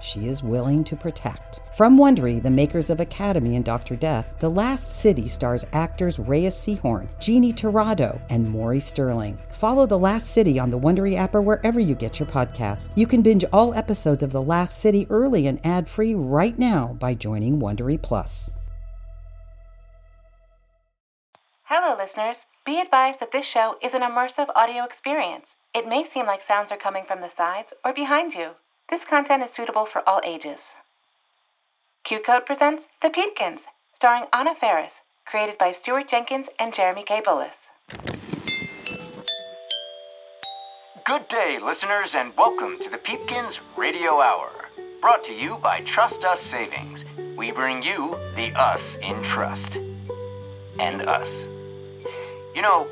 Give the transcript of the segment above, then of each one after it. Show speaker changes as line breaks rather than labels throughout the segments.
she is willing to protect. From Wondery, the makers of Academy and Dr. Death, The Last City stars actors Reyes Sehorn, Jeannie Torrado, and Maury Sterling. Follow The Last City on the Wondery app or wherever you get your podcasts. You can binge all episodes of The Last City early and ad-free right now by joining Wondery Plus.
Hello, listeners. Be advised that this show is an immersive audio experience. It may seem like sounds are coming from the sides or behind you. This content is suitable for all ages. Q Code presents The Peepkins, starring Anna Ferris, created by Stuart Jenkins and Jeremy K. Bullis.
Good day, listeners, and welcome to the Peepkins Radio Hour, brought to you by Trust Us Savings. We bring you the us in trust. And us. You know,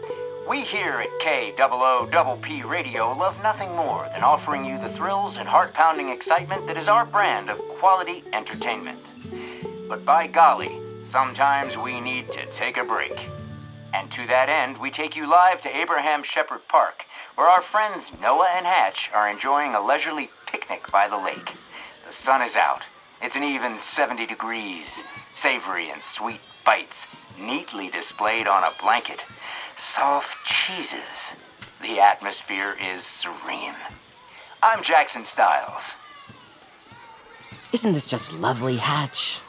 we here at KOOPP Radio love nothing more than offering you the thrills and heart pounding excitement that is our brand of quality entertainment. But by golly, sometimes we need to take a break. And to that end, we take you live to Abraham Shepherd Park, where our friends Noah and Hatch are enjoying a leisurely picnic by the lake. The sun is out. It's an even 70 degrees. Savory and sweet bites, neatly displayed on a blanket. Soft cheeses. The atmosphere is serene. I'm Jackson Styles.
Isn't this just lovely, Hatch?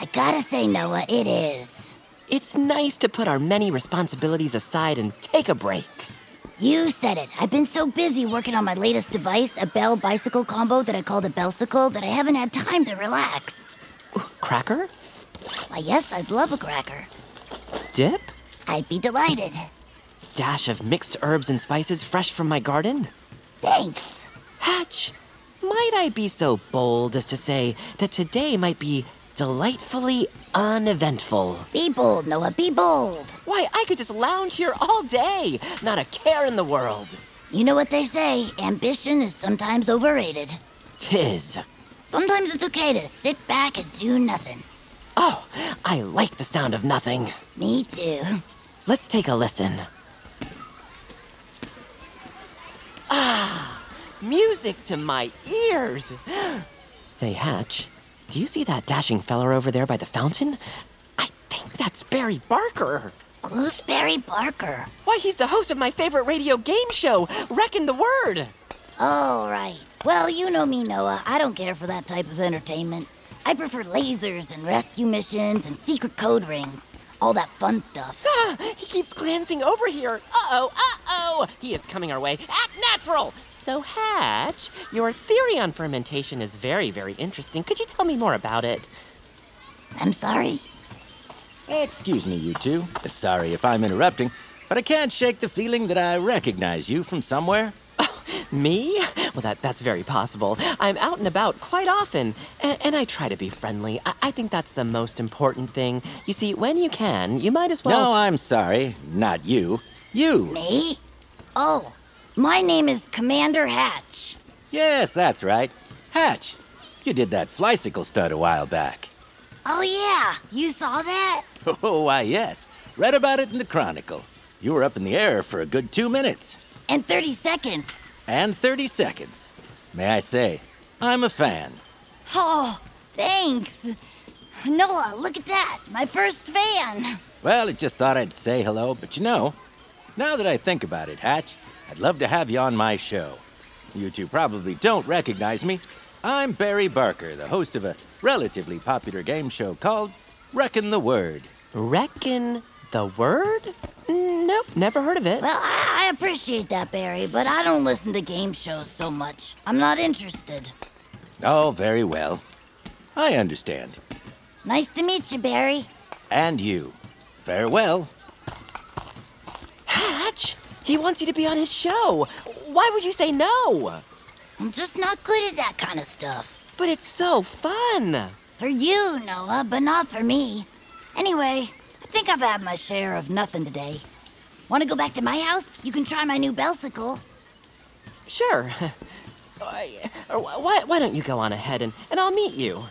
I gotta say, Noah, it is.
It's nice to put our many responsibilities aside and take a break.
You said it. I've been so busy working on my latest device, a bell bicycle combo that I call the Bellsicle, that I haven't had time to relax.
Cracker?
Why, yes, I'd love a cracker.
Dip?
I'd be delighted.
Dash of mixed herbs and spices fresh from my garden?
Thanks.
Hatch, might I be so bold as to say that today might be delightfully uneventful?
Be bold, Noah, be bold.
Why, I could just lounge here all day, not a care in the world.
You know what they say ambition is sometimes overrated.
Tis.
Sometimes it's okay to sit back and do nothing.
Oh, I like the sound of nothing.
Me too.
Let's take a listen. Ah, Ah, music to my ears. Say, Hatch, do you see that dashing feller over there by the fountain? I think that's Barry Barker.
Who's Barry Barker?
Why, he's the host of my favorite radio game show, Reckon the Word.
All right. Well, you know me, Noah. I don't care for that type of entertainment. I prefer lasers and rescue missions and secret code rings. All that fun stuff.
Ah, he keeps glancing over here. Uh oh, uh oh. He is coming our way. Act natural. So, Hatch, your theory on fermentation is very, very interesting. Could you tell me more about it?
I'm sorry.
Excuse me, you two. Sorry if I'm interrupting, but I can't shake the feeling that I recognize you from somewhere.
Me? Well, that, that's very possible. I'm out and about quite often, and, and I try to be friendly. I, I think that's the most important thing. You see, when you can, you might as well.
No, I'm sorry. Not you. You.
Me? Eh? Oh, my name is Commander Hatch.
Yes, that's right. Hatch. You did that flycycle stunt a while back.
Oh, yeah. You saw that?
Oh, why, yes. Read about it in the Chronicle. You were up in the air for a good two minutes
And 30 seconds.
and 30 seconds. May I say, I'm a fan.
Oh, thanks. Noah, look at that. My first fan.
Well, I just thought I'd say hello, but you know, now that I think about it, Hatch, I'd love to have you on my show. You two probably don't recognize me. I'm Barry Barker, the host of a relatively popular game show called Reckon the Word.
Reckon the word? Mm, Nope, never heard of it.
Well, I, I appreciate that, Barry, but I don't listen to game shows so much. I'm not interested.
Oh, very well. I understand.
Nice to meet you, Barry.
And you. Farewell.
Hatch, he wants you to be on his show. Why would you say no?
I'm just not good at that kind of stuff.
But it's so fun!
For you, Noah, but not for me. Anyway, I think I've had my share of nothing today. Want to go back to my house? You can try my new bicycle.
Sure. I- or wh- Why, why don't you go on ahead and, and I'll meet you?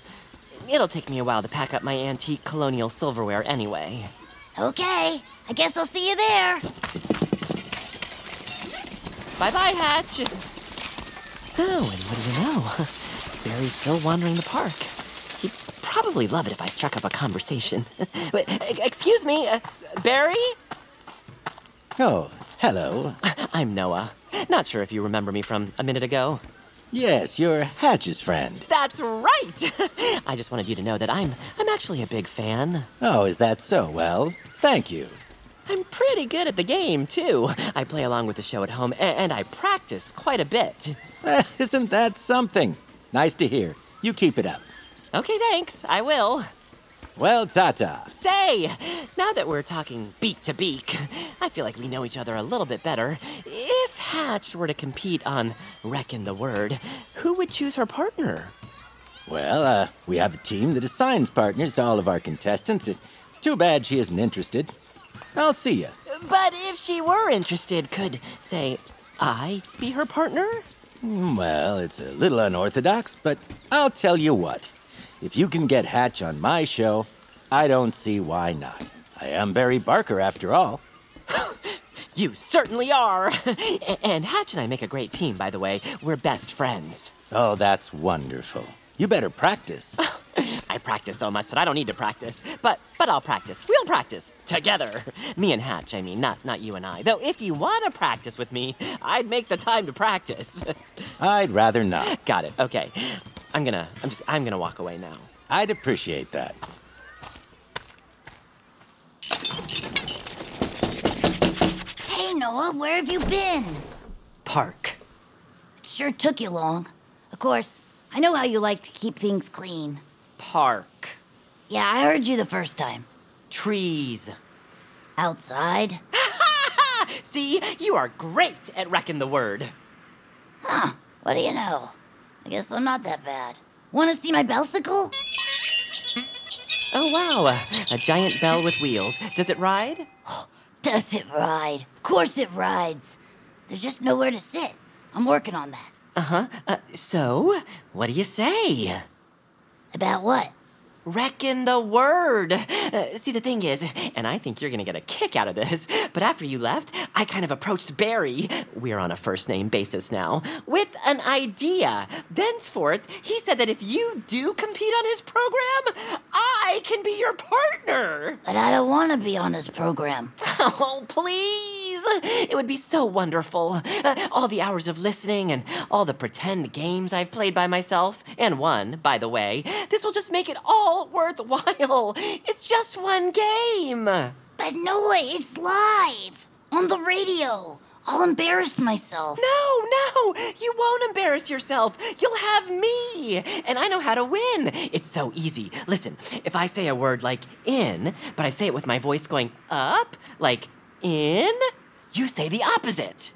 It'll take me a while to pack up my antique colonial silverware anyway.
Okay, I guess I'll see you there.
Bye bye, Hatch! Oh, and what do you know? Barry's still wandering the park. He'd probably love it if I struck up a conversation. Wait, e- Excuse me, uh, Barry?
Oh, hello.
I'm Noah. Not sure if you remember me from a minute ago.
Yes, you're Hatch's friend.
That's right! I just wanted you to know that I'm I'm actually a big fan.
Oh, is that so? Well, thank you.
I'm pretty good at the game, too. I play along with the show at home, a- and I practice quite a bit.
Eh, Isn't that something? Nice to hear. You keep it up.
Okay, thanks. I will.
Well, Tata.
Say, now that we're talking beak to beak, I feel like we know each other a little bit better. If Hatch were to compete on Reckon the Word, who would choose her partner?
Well, uh, we have a team that assigns partners to all of our contestants. It- It's too bad she isn't interested. I'll see you.
But if she were interested, could, say, I be her partner?
Well, it's a little unorthodox, but I'll tell you what. If you can get Hatch on my show, I don't see why not. I am Barry Barker, after all.
You certainly are! A- and Hatch and I make a great team, by the way. We're best friends.
Oh, that's wonderful. You better practice.
I practice so much that I don't need to practice. But but I'll practice. We'll practice together. Me and Hatch, I mean, not not you and I. Though if you want to practice with me, I'd make the time to practice.
I'd rather not.
Got it. Okay. I'm going to I'm just I'm going to walk away now.
I'd appreciate that.
Hey, Noah, where have you been?
Park.
It sure took you long. Of course, I know how you like to keep things clean.
Park.
Yeah, I heard you the first time.
Trees.
Outside?
See, you are great at wrecking the word.
Huh, what do you know? I guess I'm not that bad. Want to see my bicycle?
Oh wow, a giant bell with wheels. Does it ride?
Does it ride? Of course it rides. There's just nowhere to sit. I'm working on that.
Uh-huh. Uh, so, what do you say?
About what?
Reckon the word. Uh, see, the thing is, and I think you're gonna get a kick out of this, but after you left, I kind of approached Barry. We're on a first name basis now, with an idea. Thenceforth, he said that if you do compete on his program, I can be your partner.
But I don't want to be on this program.
Oh, please! It would be so wonderful. Uh, all the hours of listening and all the pretend games I've played by myself, and won, by the way. This will just make it all worthwhile. It's just one game. No,
But Noah, it's live! On the radio! I'll embarrass myself.
no! You won't embarrass yourself. You'll have me. And I know how to win. It's so easy. Listen, if I say a word like in, but I say it with my voice going up, like in, you say the opposite.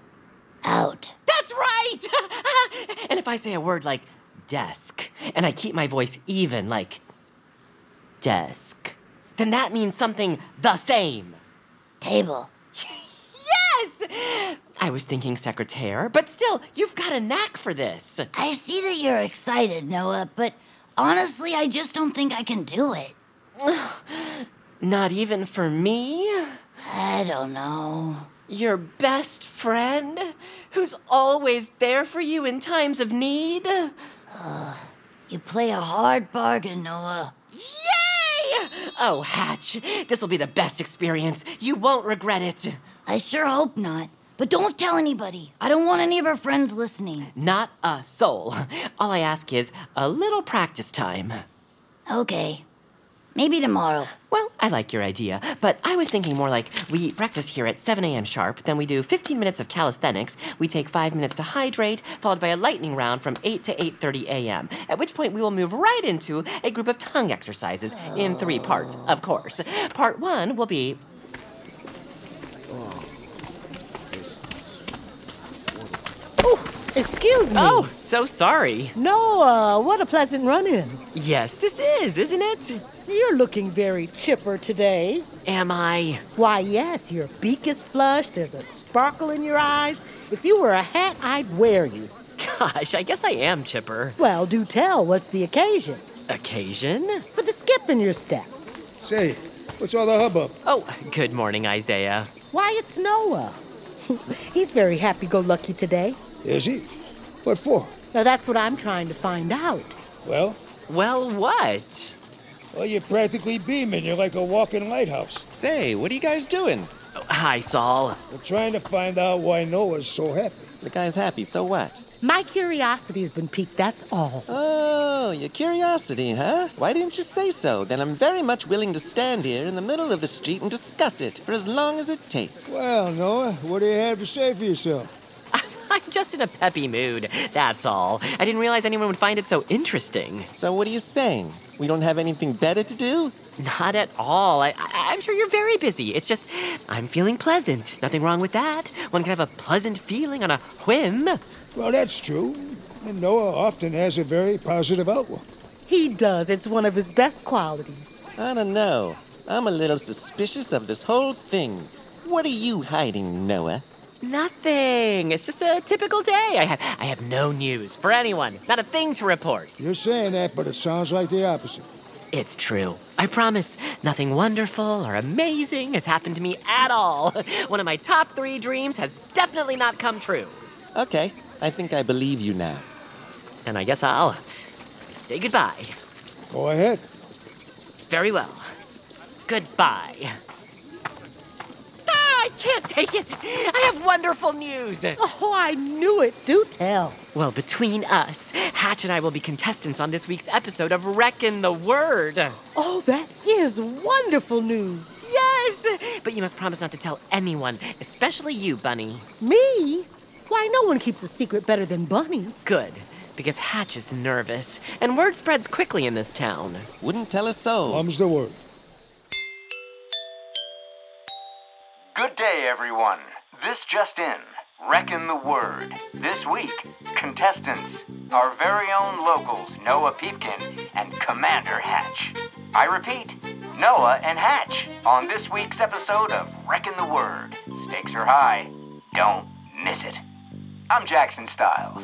Out.
That's right! and if I say a word like desk, and I keep my voice even, like desk, then that means something the same.
Table.
Yes! I was thinking secretaire, but still, you've got a knack for this.
I see that you're excited, Noah, but honestly, I just don't think I can do it.
Not even for me?
I don't know.
Your best friend, who's always there for you in times of need?
You play a hard bargain, Noah.
Yay! Oh, Hatch, this will be the best experience. You won't regret it.
I sure hope not. But don't tell anybody. I don't want any of our friends listening.
Not a soul. All I ask is a little practice time.
Okay. Maybe tomorrow.
Well, I like your idea, but I was thinking more like we eat breakfast here at 7 a.m. sharp, then we do 15 minutes of calisthenics, we take 5 minutes to hydrate, followed by a lightning round from 8 to 8:30 a.m. At which point we will move right into a group of tongue exercises in three parts, of course. Part 1 will be
Excuse me.
Oh, so sorry.
Noah, what a pleasant run in.
Yes, this is, isn't it?
You're looking very chipper today.
Am I?
Why, yes, your beak is flushed, there's a sparkle in your eyes. If you were a hat, I'd wear you.
Gosh, I guess I am chipper.
Well, do tell, what's the occasion?
Occasion?
For the skip in your step.
Say, what's all the hubbub?
Oh, good morning, Isaiah.
Why, it's Noah. He's very happy go lucky today.
Is he? What for?
Now, that's what I'm trying to find out.
Well,
Well, what?
well, you're practically beaming. You're like a walking lighthouse.
Say, what are you guys doing?
Oh, hi, Saul.
We're trying to find out why Noah's so happy.
The guy's happy, so what?
My curiosity has been piqued, that's all.
Oh, your curiosity, huh? Why didn't you say so? Then I'm very much willing to stand here in the middle of the street and discuss it for as long as it takes.
Well, Noah, what do you have to say for yourself?
I'm just in a peppy mood, that's all. I didn't realize anyone would find it so interesting.
So what are you saying? We don't have anything better to do?
Not at all. I, I, I'm sure you're very busy. It's just, I'm feeling pleasant. Nothing wrong with that. One can have a pleasant feeling on a whim.
Well, that's true. And Noah often has a very positive outlook.
He does, it's one of his best qualities.
I don't know. I'm a little suspicious of this whole thing. What are you hiding, Noah?
Nothing. It's just a typical day. I have, I have no news for anyone. Not a thing to report.
You're saying that, but it sounds like the opposite.
It's true. I promise. Nothing wonderful or amazing has happened to me at all. One of my top three dreams has definitely not come true.
Okay, I think I believe you now.
And I guess I'll say goodbye.
Go ahead.
Very well. Goodbye. Ah, I can't take it. I have wonderful news.
Oh, I knew it, do tell.
Well, between us, Hatch and I will be contestants on this week's episode of Reckon the Word.
Oh, that is wonderful news.
Yes! But you must promise not to tell anyone, especially you, Bunny.
Me? Why, no one keeps a secret better than Bunny.
Good, because Hatch is nervous, and word spreads quickly in this town.
Wouldn't tell a soul.
Mum's the word.
Good day, everyone. This just in. Reckon the word. This week, contestants, our very own locals, Noah Peepkin and Commander Hatch. I repeat, Noah and Hatch on this week's episode of Reckon the Word. Stakes are high. Don't miss it. I'm Jackson Styles.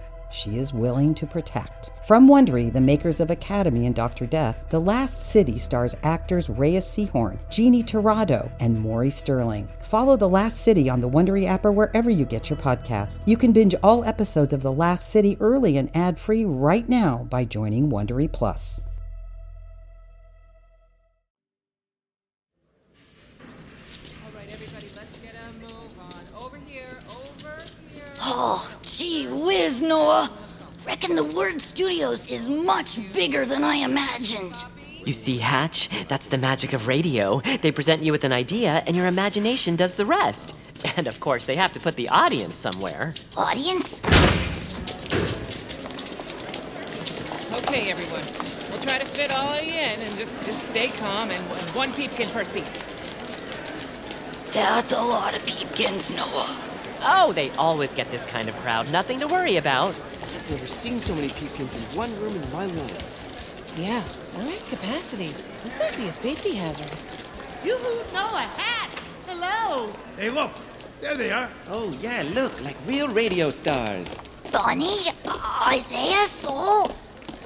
she is willing to protect. From Wondery, the makers of Academy and Dr. Death, The Last City stars actors Reyes Seahorn, Jeannie Torrado, and Maury Sterling. Follow The Last City on the Wondery app or wherever you get your podcasts. You can binge all episodes of The Last City early and ad-free right now by joining Wondery Plus.
Oh, gee whiz, Noah. Reckon the Word Studios is much bigger than I imagined.
You see, Hatch, that's the magic of radio. They present you with an idea, and your imagination does the rest. And of course, they have to put the audience somewhere.
Audience?
Okay, everyone. We'll try to fit all of you in and just, just stay calm and, and one peepkin per seat.
That's a lot of peepkins, Noah.
Oh, they always get this kind of crowd. Nothing to worry about.
I've never seen so many peepkins in one room in my life.
Yeah, we're at capacity. This might be a safety hazard.
Yoo-hoo, Noah, hat! Hello!
Hey, look. There they are.
Oh, yeah, look, like real radio stars.
Bunny? Isaiah? Soul?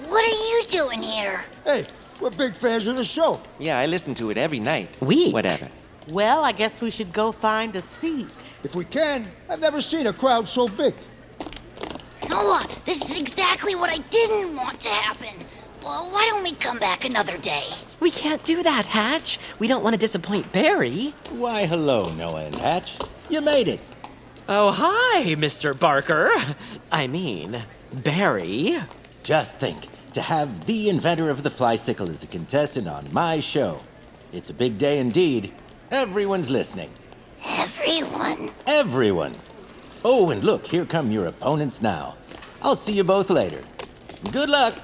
What are you doing here?
Hey, we're big fans of the show.
Yeah, I listen to it every night.
We-
Whatever.
Well, I guess we should go find a seat.
If we can, I've never seen a crowd so big.
Noah, this is exactly what I didn't want to happen. Well, why don't we come back another day?
We can't do that, Hatch. We don't want to disappoint Barry.
Why, hello, Noah and Hatch. You made it.
Oh, hi, Mr. Barker. I mean, Barry.
Just think, to have the inventor of the flysicle as a contestant on my show. It's a big day indeed. Everyone's listening.
Everyone.
Everyone. Oh, and look, here come your opponents now. I'll see you both later. Good luck.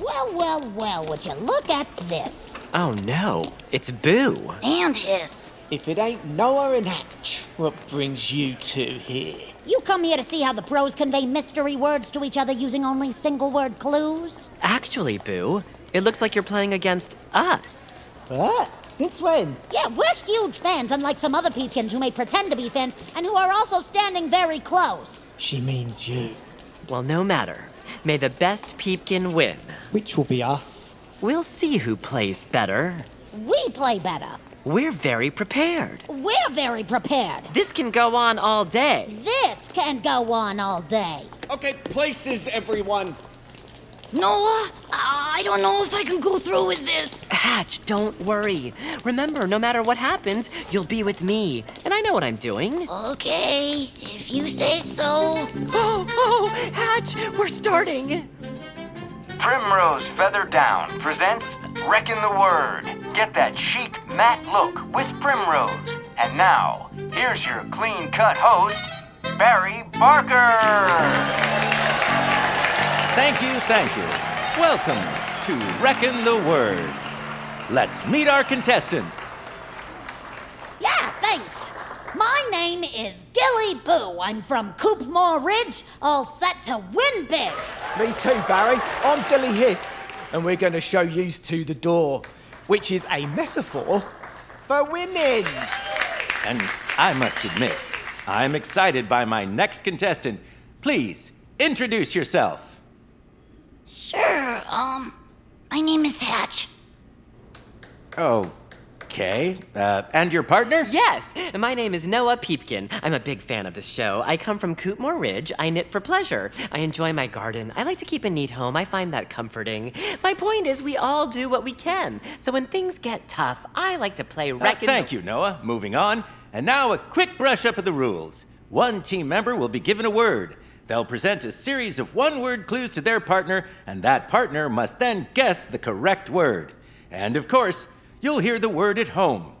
Well, well, well, would you look at this?
Oh no, it's Boo.
And his.
If it ain't Noah and Hatch, what brings you two here?
You come here to see how the pros convey mystery words to each other using only single word clues?
Actually, Boo, it looks like you're playing against us.
What? Since when?
Yeah, we're huge fans, unlike some other Peepkins who may pretend to be fans and who are also standing very close.
She means you.
Well, no matter. May the best Peepkin win.
Which will be us.
We'll see who plays better.
We play better.
We're very prepared.
We're very prepared.
This can go on all day.
This can go on all day.
Okay, places, everyone.
Noah, I don't know if I can go through with this.
Hatch, don't worry. Remember, no matter what happens, you'll be with me. And I know what I'm doing.
Okay, if you say so.
Oh, oh, Hatch, we're starting.
Primrose Feather Down presents Wrecking the Word. Get that chic matte look with Primrose. And now, here's your clean cut host, Barry Barker.
Thank you, thank you. Welcome to Reckon the Word. Let's meet our contestants.
Yeah, thanks. My name is Gilly Boo. I'm from Coopmore Ridge, all set to win big.
Me too, Barry. I'm Dilly Hiss, and we're going to show you to the door, which is a metaphor for winning.
And I must admit, I'm excited by my next contestant. Please introduce yourself.
Sure, um, my name is Hatch.
Okay. Uh, and your partner?
Yes, my name is Noah Peepkin. I'm a big fan of this show. I come from Cootmore Ridge. I knit for pleasure. I enjoy my garden. I like to keep a neat home. I find that comforting. My point is, we all do what we can. So when things get tough, I like to play
Uh,
reckon.
thank you, Noah. Moving on. And now a quick brush up of the rules. One team member will be given a word. They'll present a series of one word clues to their partner, and that partner must then guess the correct word. And of course, you'll hear the word at home.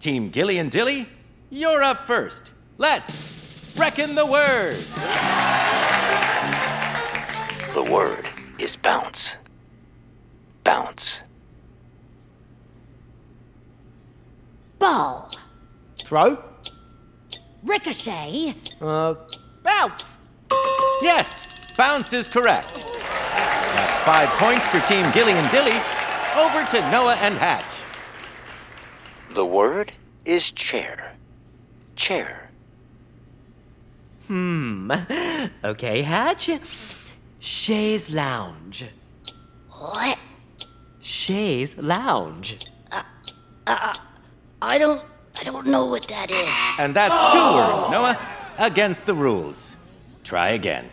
Team Gilly and Dilly, you're up first. Let's reckon the word.
The word is bounce. Bounce.
Ball,
Throw?
ricochet,
Uh, bounce.
Yes, bounce is correct. That's five points for Team Gilly and Dilly. Over to Noah and Hatch.
The word is chair. Chair.
Hmm. Okay, Hatch. Shay's Lounge.
What?
Shay's Lounge.
Uh, I don't, I don't know what that is.
And that's two words, Noah. Against the rules. Try again.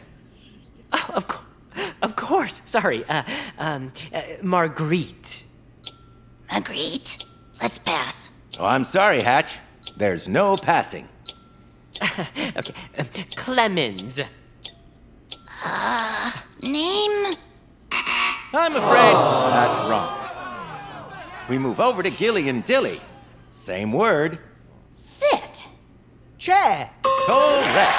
Oh, Of course. Sorry. Uh, um, uh, Marguerite.
Marguerite? Let's pass.
Oh, I'm sorry, Hatch. There's no passing.
okay. Uh, Clemens.
Uh, name?
I'm afraid that's wrong. We move over to Gilly and Dilly. Same word.
sit,
Chair.
Correct.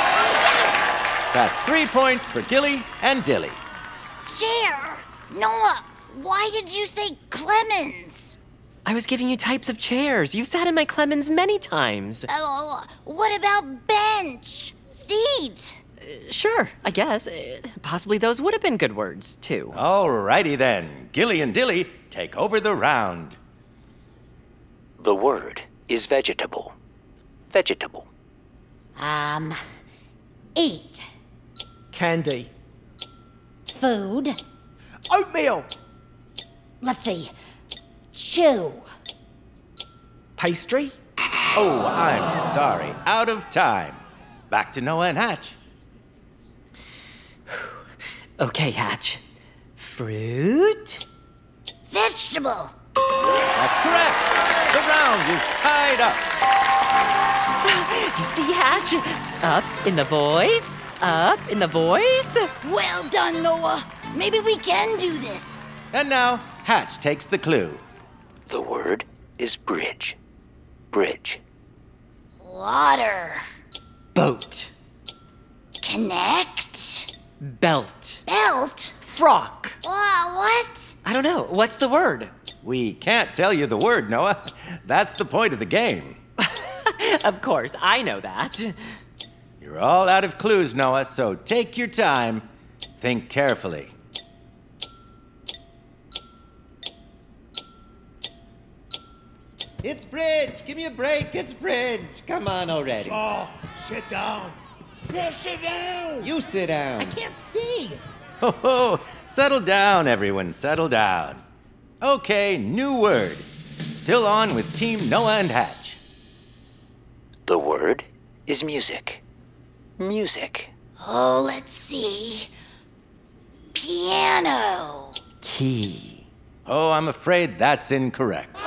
That's three points for Gilly and Dilly.
Chair? Noah, why did you say Clemens?
I was giving you types of chairs. You've sat in my Clemens many times.
Oh, what about bench? Seat?
Sure, I guess. Uh, Possibly those would have been good words, too.
Alrighty then. Gilly and Dilly take over the round.
The word is vegetable. Vegetable.
um, eat,
Candy.
food,
Oatmeal.
let's see, chew,
Pastry.
Oh, I'm sorry. Out of time. Back to Noah and Hatch.
Okay, Hatch. Fruit?
Vegetable?
That's correct. The round is tied up.
See, Hatch? Up in the voice? Up in the voice?
Well done, Noah. Maybe we can do this.
And now, Hatch takes the clue.
The word is bridge. Bridge.
Water.
Boat.
Connect.
Belt.
Belt.
Frock.
Wha- what?
I don't know. What's the word?
We can't tell you the word, Noah. That's the point of the game.
of course, I know that.
You're all out of clues, Noah, so take your time. Think carefully.
It's Bridge. Give me a break. It's Bridge. Come on already.
Oh, sit down. Yeah, sit down.
You sit
down.
I can't see.
Ho ho! Settle down, everyone, settle down. Okay, new word. Still on with Team Noah and Hatch.
The word is music. Music.
Oh, let's see. Piano.
Key. Oh, I'm afraid that's incorrect.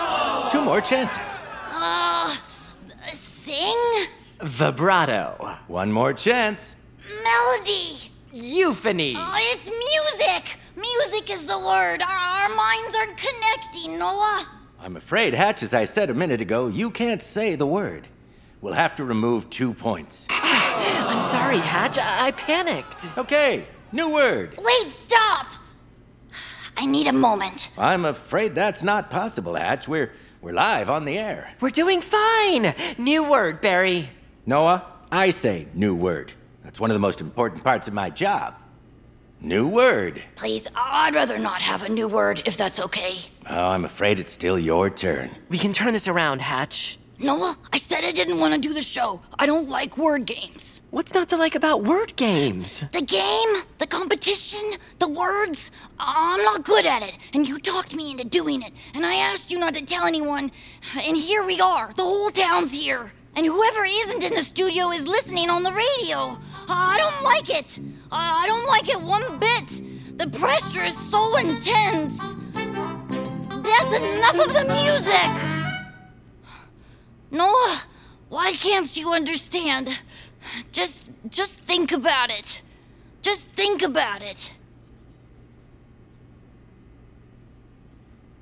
Two more chances.
Uh, sing?
Vibrato.
One more chance.
Melody.
Euphony.
Oh, it's music. Music is the word. Our, our minds aren't connecting, Noah.
I'm afraid, Hatch, as I said a minute ago, you can't say the word. We'll have to remove two points.
I'm sorry, Hatch. I, I panicked.
Okay, new word.
Wait, stop. I need a moment.
I'm afraid that's not possible, Hatch. We're we're live on the air.
We're doing fine. New word, Barry.
Noah, I say new word. That's one of the most important parts of my job. New word.
Please, I'd rather not have a new word if that's okay.
Oh, I'm afraid it's still your turn.
We can turn this around, Hatch.
Noah, I said I didn't want to do the show. I don't like word games.
What's not to like about word games?
The game, the competition, the words, I'm not good at it. And you talked me into doing it. And I asked you not to tell anyone. And here we are. The whole town's here. And whoever isn't in the studio is listening on the radio. I don't like it. I don't like it one bit. The pressure is so intense. That's enough of the music. Noah, why can't you understand? Just just think about it. Just think about it.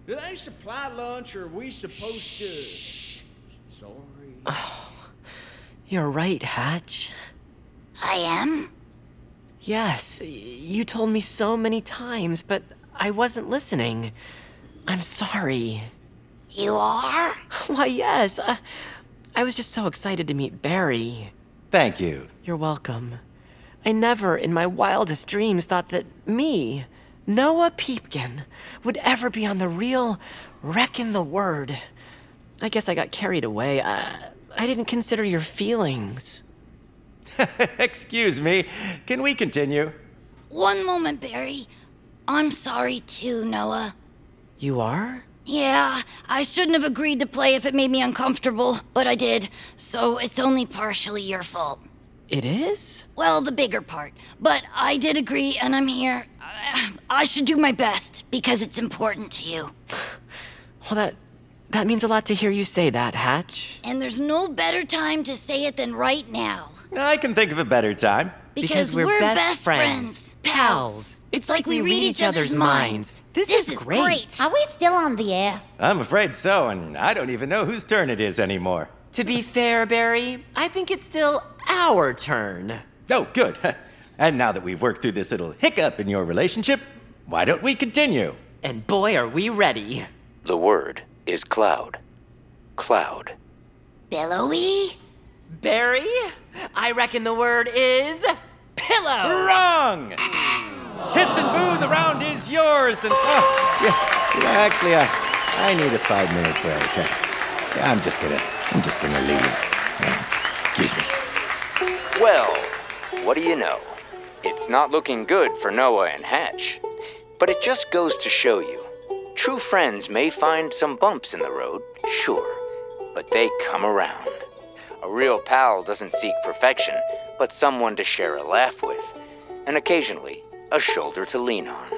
Do they supply lunch or are we supposed to? Sorry.
You're right, Hatch.
I am?
Yes, y- you told me so many times, but I wasn't listening. I'm sorry.
You are?
Why, yes. I, I was just so excited to meet Barry.
Thank you.
You're welcome. I never, in my wildest dreams, thought that me, Noah Peepkin, would ever be on the real Wreckin' the Word. I guess I got carried away. I, I didn't consider your feelings.
Excuse me. Can we continue?
One moment, Barry. I'm sorry too, Noah.
You are?
Yeah, I shouldn't have agreed to play if it made me uncomfortable, but I did. So it's only partially your fault.
It is?
Well, the bigger part. But I did agree, and I'm here. I- I should do my best because it's important to you.
Well, that. That means a lot to hear you say that, Hatch.
And there's no better time to say it than right now.
I can think of a better time.
Because, we're, best, friends.
pals. It's like we read each other's minds. This is great.
Are we still on the air?
I'm afraid so, and I don't even know whose turn it is anymore.
To be fair, Barry, I think it's still our turn.
Oh, good. And now that we've worked through this little hiccup in your relationship, why don't we continue?
And boy, are we ready.
The word is cloud. Cloud.
Billowy?
Barry, I reckon the word is pillow.
Wrong! Hiss and boo, the round is yours. And oh, yeah, yeah, actually, I, I need a five-minute break. Uh, yeah, I'm just gonna, I'm just gonna leave. Yeah, excuse me.
Well, what do you know? It's not looking good for Noah and Hatch. But it just goes to show you true friends may find some bumps in the road, sure, but they come around. A real pal doesn't seek perfection, but someone to share a laugh with, and occasionally, a shoulder to lean on.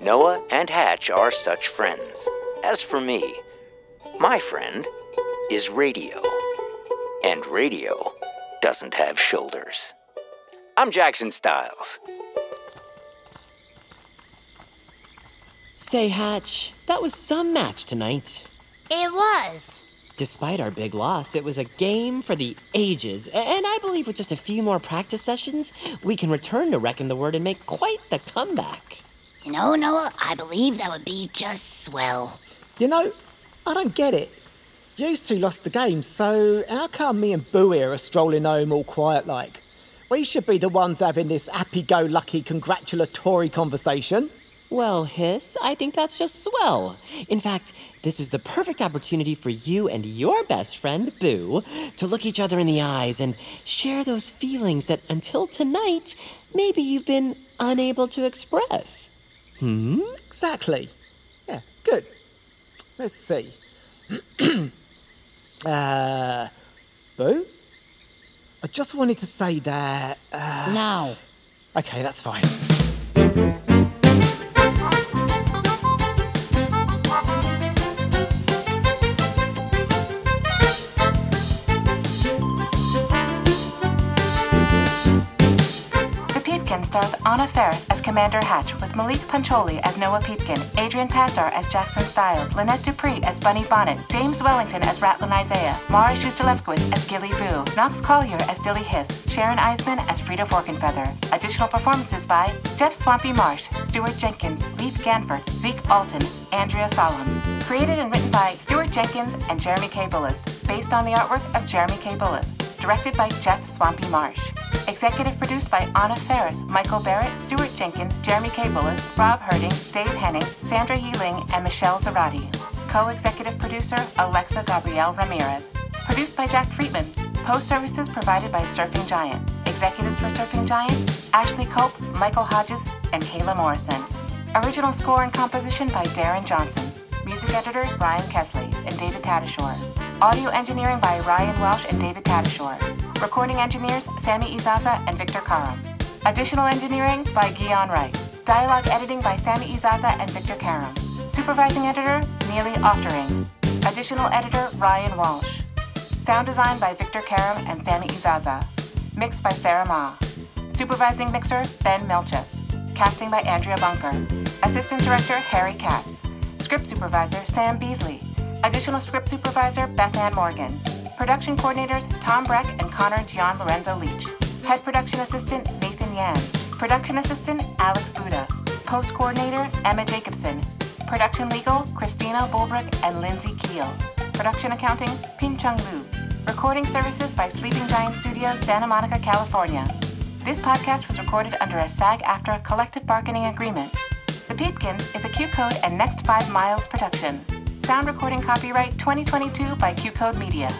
Noah and Hatch are such friends. As for me, my friend is radio. and radio doesn't have shoulders. I'm Jackson Styles.
Say, Hatch, that was some match tonight.
It was.
Despite our big loss, it was a game for the ages, and I believe with just a few more practice sessions, we can return to Reckon the Word and make quite the comeback.
You know, Noah, I believe that would be just swell.
You know, I don't get it. Yous two lost the game, so how come me and Boo here are strolling home all quiet like? We should be the ones having this happy go lucky congratulatory conversation.
Well, Hiss, I think that's just swell. In fact, this is the perfect opportunity for you and your best friend, Boo, to look each other in the eyes and share those feelings that until tonight, maybe you've been unable to express. Hmm?
Exactly. Yeah, good. Let's see. uh, Boo? I just wanted to say that. Uh...
No.
Okay, that's fine.
The Peepkin stars Anna Ferris as Commander Hatch, with Malik Pancholi as Noah Peepkin, Adrian Pasdar as Jackson Styles, Lynette Dupree as Bunny Bonnet, James Wellington as Ratlin Isaiah, Mara Schuster-Lefkowitz as Gilly Boo, Knox Collier as Dilly Hiss, Sharon Eisman as Frida Forkenfeather. Additional performances by Jeff Swampy Marsh, Stuart Jenkins, Leif Ganford, Zeke Alton, Andrea Solomon. Created and written by Stuart Jenkins and Jeremy K. Bullis, based on the artwork of Jeremy K. Bullis. Directed by Jeff Swampy Marsh. Executive produced by Anna Ferris, Michael Barrett, Stuart Jenkins, Jeremy K. Bullis, Rob Herding, Dave Henning, Sandra Yeeling, and Michelle Zarati. Co-executive producer Alexa Gabrielle Ramirez. Produced by Jack Friedman. Post services provided by Surfing Giant. Executives for Surfing Giant, Ashley Cope, Michael Hodges, and Kayla Morrison. Original score and composition by Darren Johnson. Music editors Brian Kesley and David Tatashore. Audio engineering by Ryan Welsh and David Tatashore. Recording engineers Sammy Izaza and Victor Karam. Additional engineering by Guion Wright. Dialogue editing by Sammy Izaza and Victor Karam. Supervising editor Neely Oftering. Additional editor Ryan Walsh. Sound design by Victor Karam and Sammy Izaza. Mixed by Sarah Ma. Supervising mixer Ben Melchif. Casting by Andrea Bunker. Assistant director Harry Katz. Script supervisor Sam Beasley. Additional script supervisor Beth Ann Morgan. Production coordinators Tom Breck and Connor Gian Lorenzo Leach. Head production assistant Nathan Yan. Production assistant Alex Buda. Post coordinator Emma Jacobson. Production legal Christina Bulbrook and Lindsay Keel. Production accounting Ping Chung Lu. Recording services by Sleeping Giant Studios, Santa Monica, California. This podcast was recorded under a SAG AFTRA collective bargaining agreement. The Peepkins is a Q Code and Next 5 Miles production. Sound recording copyright 2022 by Q Code Media.